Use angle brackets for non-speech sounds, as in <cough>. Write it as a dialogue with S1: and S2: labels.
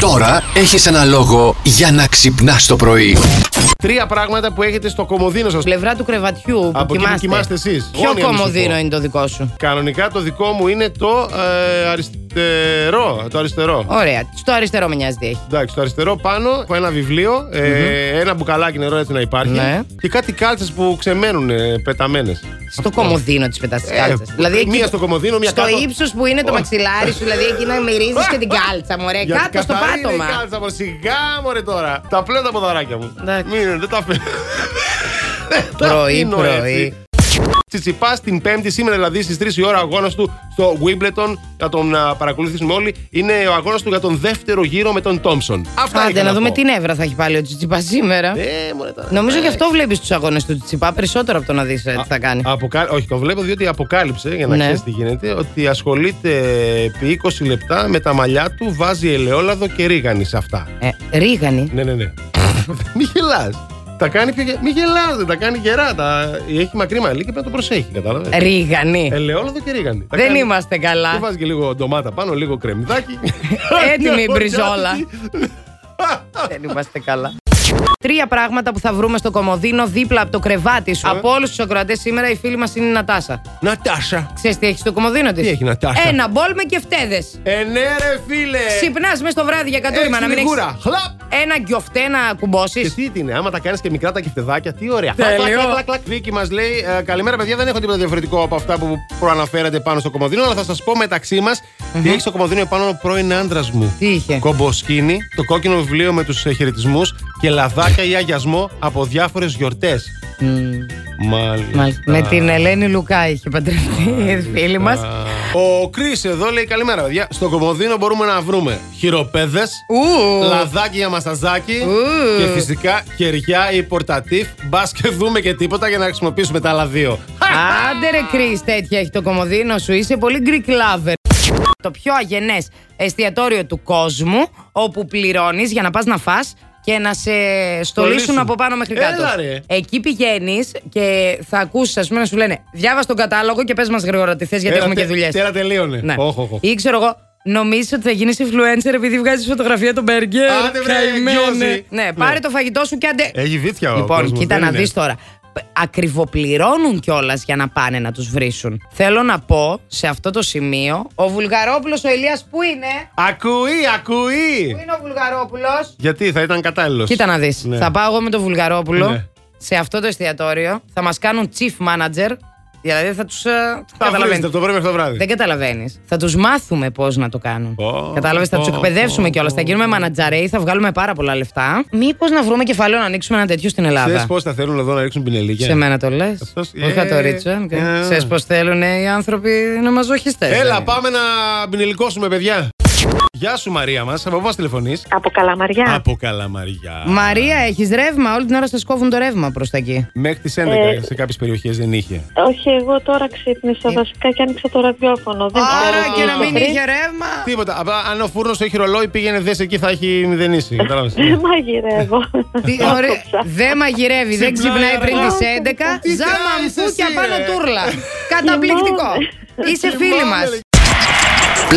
S1: Τώρα έχεις ένα λόγο για να ξυπνάς το πρωί.
S2: Τρία πράγματα που έχετε στο κομμωδίνο σας.
S3: Πλευρά του κρεβατιού που
S2: Από εκεί που
S3: κοιμάστε.
S2: κοιμάστε εσείς. Εγώ
S3: Ποιο
S2: είναι να σου πω.
S3: κομμωδίνο είναι το δικό σου.
S2: Κανονικά το δικό μου είναι το ε, αριστερό. Το αριστερό.
S3: Ωραία. Στο αριστερό με νοιάζει τι έχει.
S2: Εντάξει, το αριστερό πάνω έχω ένα βιβλίο, ε, ένα μπουκαλάκι νερό έτσι να υπάρχει
S3: Ναι.
S2: και κάτι κάλτσες που ξεμένουν ε, πεταμένες.
S3: Στο κομμωδίνο της πετάς τη
S2: Ε,
S3: κάλτσα.
S2: μία στο κομμωδίνο, μία
S3: στο
S2: κάτω.
S3: ύψος που είναι το
S2: Ω.
S3: μαξιλάρι σου, δηλαδή εκεί να μυρίζεις και την κάλτσα, μωρέ.
S2: Γιατί
S3: Ε, Κάτω στο
S2: καθαρή είναι
S3: πάτωμα.
S2: η κάλτσα, μωρέ, σιγά μωρέ τώρα. Τα πλέον τα ποδαράκια μου.
S3: Εντάξει.
S2: Μην, δεν τα
S3: <laughs>
S2: Ε, φέρω.
S3: Πρωί,
S2: αφήνω
S3: πρωί.
S2: έτσι. Τσιτσιπά την Πέμπτη, σήμερα δηλαδή στις 3 η ώρα, αγώνας του στο Wimbledon. Θα τον α, παρακολουθήσουμε όλοι. Είναι ο αγώνας του για τον δεύτερο γύρο με τον Τόμψον. Αυτά
S3: Άντε
S2: είχα
S3: να δούμε
S2: πω.
S3: τι νεύρα θα έχει πάλι ο Τσιτσιπά σήμερα.
S2: Ε, μωρέ, τώρα.
S3: Νομίζω
S2: Ε,
S3: γι' αυτό βλέπεις τους αγώνες του Τσιτσιπά περισσότερο από το να δεις τι θα κάνει.
S2: Αποκα... Όχι, το βλέπω διότι αποκάλυψε, για να
S3: Ναι.
S2: ξέρεις τι γίνεται, ότι ασχολείται επί 20 λεπτά με τα μαλλιά του, βάζει ελαιόλαδο και ρίγανη σε αυτά.
S3: Ε, Ρίγανη.
S2: Ναι, ναι, ναι. Μη γελάς. Τα κάνει πιο. γε- Μη γελά, δεν τα κάνει γερά. Τα... Έχει μακρύ μαλλί και πρέπει να το προσέχει, κατάλαβες.
S3: Ρίγανη.
S2: Ελαιόλαδο και ρίγανη. Τα
S3: Ε, Δεν
S2: κάνει-
S3: είμαστε
S2: Και
S3: καλά.
S2: βάζεις και λίγο ντομάτα πάνω, λίγο κρεμμυδάκι.
S3: <laughs> Έτοιμη η μπριζόλα. Δεν είμαστε καλά. Τρία πράγματα που θα βρούμε στο κομμωδίνο δίπλα από το κρεβάτι
S2: Ε.
S3: σου. Από όλους τους ακροατές σήμερα η φίλη μας είναι η Νατάσα.
S2: Νατάσα.
S3: Ξέρεις τι έχει στο κομμωδίνο της.
S2: Τι έχει, Νατάσα?
S3: Ένα μπολ με κεφτέδες.
S2: Ε, ναι, ρε φίλε.
S3: Ξυπνάς μες στο βράδυ για κατούριμα
S2: Έχεις
S3: να
S2: τη
S3: μην έχει.
S2: λιγούρα. Χλαπ.
S3: Ένα γκιοφτέ να
S2: Και
S3: κουμπώσει.
S2: τι τι είναι, άμα τα κάνεις και μικρά τα κεφτεδάκια, τι ωραία.
S3: Τέλειο.
S2: Κλακ, κλακ, κλακ, κλακ. Βίκη μας λέει: «Ε, Καλημέρα, παιδιά. Δεν έχω τίποτα διαφορετικό από αυτά που προαναφέρατε πάνω στο κομμωδίνο, αλλά θα σας πω μεταξύ μας τι έχεις στο κομμωδίνο επάνω ο πρώην άντρας μου.
S3: Τι είχε?
S2: Κομποσκίνη, το κόκκινο βιβλίο με τους χαιρετισμούς και λαδάκια ή αγιασμό από διάφορες γιορτές. Μάλιστα.
S3: Μάλιστα. Με την Ελένη Λουκά είχε παντρευτεί η φίλη μας.
S2: Ο Κρι εδώ λέει: Καλημέρα, παιδιά. Στο κομμωδίνο μπορούμε να βρούμε χειροπέδες, λαδάκι για μασαζάκι
S3: Ου.
S2: και φυσικά κεριά ή πορτατίφ. Μπας και δούμε και τίποτα για να χρησιμοποιήσουμε τα άλλα δύο.
S3: Άντε ρε Κρι, τέτοια έχει το κομμωδίνο σου. Είσαι πολύ Greek lover. Το πιο αγενές εστιατόριο του κόσμου, όπου πληρώνεις για να πας να φας και να σε στολίσουν
S2: Στολίσουν.
S3: από πάνω μέχρι
S2: Έλα,
S3: κάτω.
S2: ρε.
S3: Εκεί πηγαίνεις και θα ακούσεις, ας πούμε, να σου λένε Διάβα τον κατάλογο και πες μας γρήγορα τι θες, γιατί έχουμε και δουλειές.
S2: Τέρα τελείωνε.
S3: Ναι.
S2: Όχ, όχ, όχ.
S3: Ή ξέρω εγώ, νομίζεις ότι θα γίνεις influencer επειδή βγάζεις φωτογραφία των Μπέργκερ.
S2: Άντε, βρε, Ε,
S3: Καημένε.
S2: γιώζει.
S3: Ναι,
S2: Ναι.
S3: πάρε το φαγητό σου και αντε.
S2: Έχει βίτσια ο
S3: Λοιπόν,
S2: κόσμος,
S3: κοίτα
S2: δεν
S3: να
S2: είναι.
S3: δεις τώρα. Π- Ακριβοπληρώνουν κιόλας για να πάνε να τους βρίσουν. Θέλω να πω σε αυτό το σημείο, ο Βουλγαρόπουλος ο Ηλίας που είναι.
S2: Ακούει, ακούει.
S3: Πού είναι ο Βουλγαρόπουλος.
S2: Γιατί θα ήταν κατάλληλος.
S3: Κοίτα να δεις.
S2: Ναι.
S3: Θα πάω εγώ με τον Βουλγαρόπουλο
S2: Ναι.
S3: σε αυτό το εστιατόριο. Θα μας κάνουν chief manager. Δηλαδή θα τους.
S2: Τα βρίσκεται από το πρωί μέχρι το βράδυ.
S3: Δεν καταλαβαίνεις. Θα τους μάθουμε πώς να το κάνουν.
S2: Πω,
S3: Κατάλαβες, θα τους
S2: πω,
S3: εκπαιδεύσουμε
S2: πω,
S3: κιόλας. Θα γίνουμε μανατζαρέοι, θα βγάλουμε πάρα πολλά λεφτά. Μήπως να βρούμε κεφάλαιο να ανοίξουμε ένα τέτοιο στην Ελλάδα.
S2: Ξέρεις πώς θα θέλουν εδώ να ρίξουν πινελίκια.
S3: Σε μένα το λες.
S2: Ναι. Αυτός-
S3: Όχι, θα το
S2: Ε,
S3: ρίτσω.
S2: ε.
S3: Ξέρεις πώς θέλουν οι άνθρωποι δηλαδή. να μα ζωχιστέ.
S2: Έλα, πάμε να πινελικώσουμε, παιδιά. Γεια σου, Μαρία μας. Από πού μας τηλεφωνείς.
S4: Από καλαμαριά.
S2: Από Καλαμαριά.
S3: Μαρία, έχεις ρεύμα. Όλη την ώρα σας κόβουν το ρεύμα προς τα εκεί.
S2: Μέχρι τις 11 σε κάποιες περιοχές δεν είχε.
S4: Όχι, εγώ τώρα ξύπνησα βασικά και άνοιξα το ραδιόφωνο. Δεν ξέρω
S3: Ε. Άρα
S4: τι
S3: και να
S4: είχε
S3: μην
S4: πριν.
S3: είχε ρεύμα.
S2: Τίποτα. Απλά αν ο φούρνος έχει ρολόι, πήγαινε δες εκεί, θα έχει μηδενίσει. Κατάλαβες.
S4: Δεν
S3: <laughs>
S4: μαγειρεύω.
S3: Τι ωραία. Δεν μαγειρεύει, δεν
S2: Ξυπνάει
S3: ξυπνάει πριν
S2: αργά.
S3: τι 11.
S2: Τι κάνεις
S3: Ζαμαμφούκια
S2: εσύ,
S3: πάνω
S2: ρε.
S3: τούρλα. Καταπληκτικό.
S4: Θυμάμαι.
S3: Είσαι φίλη μας.
S1: Plus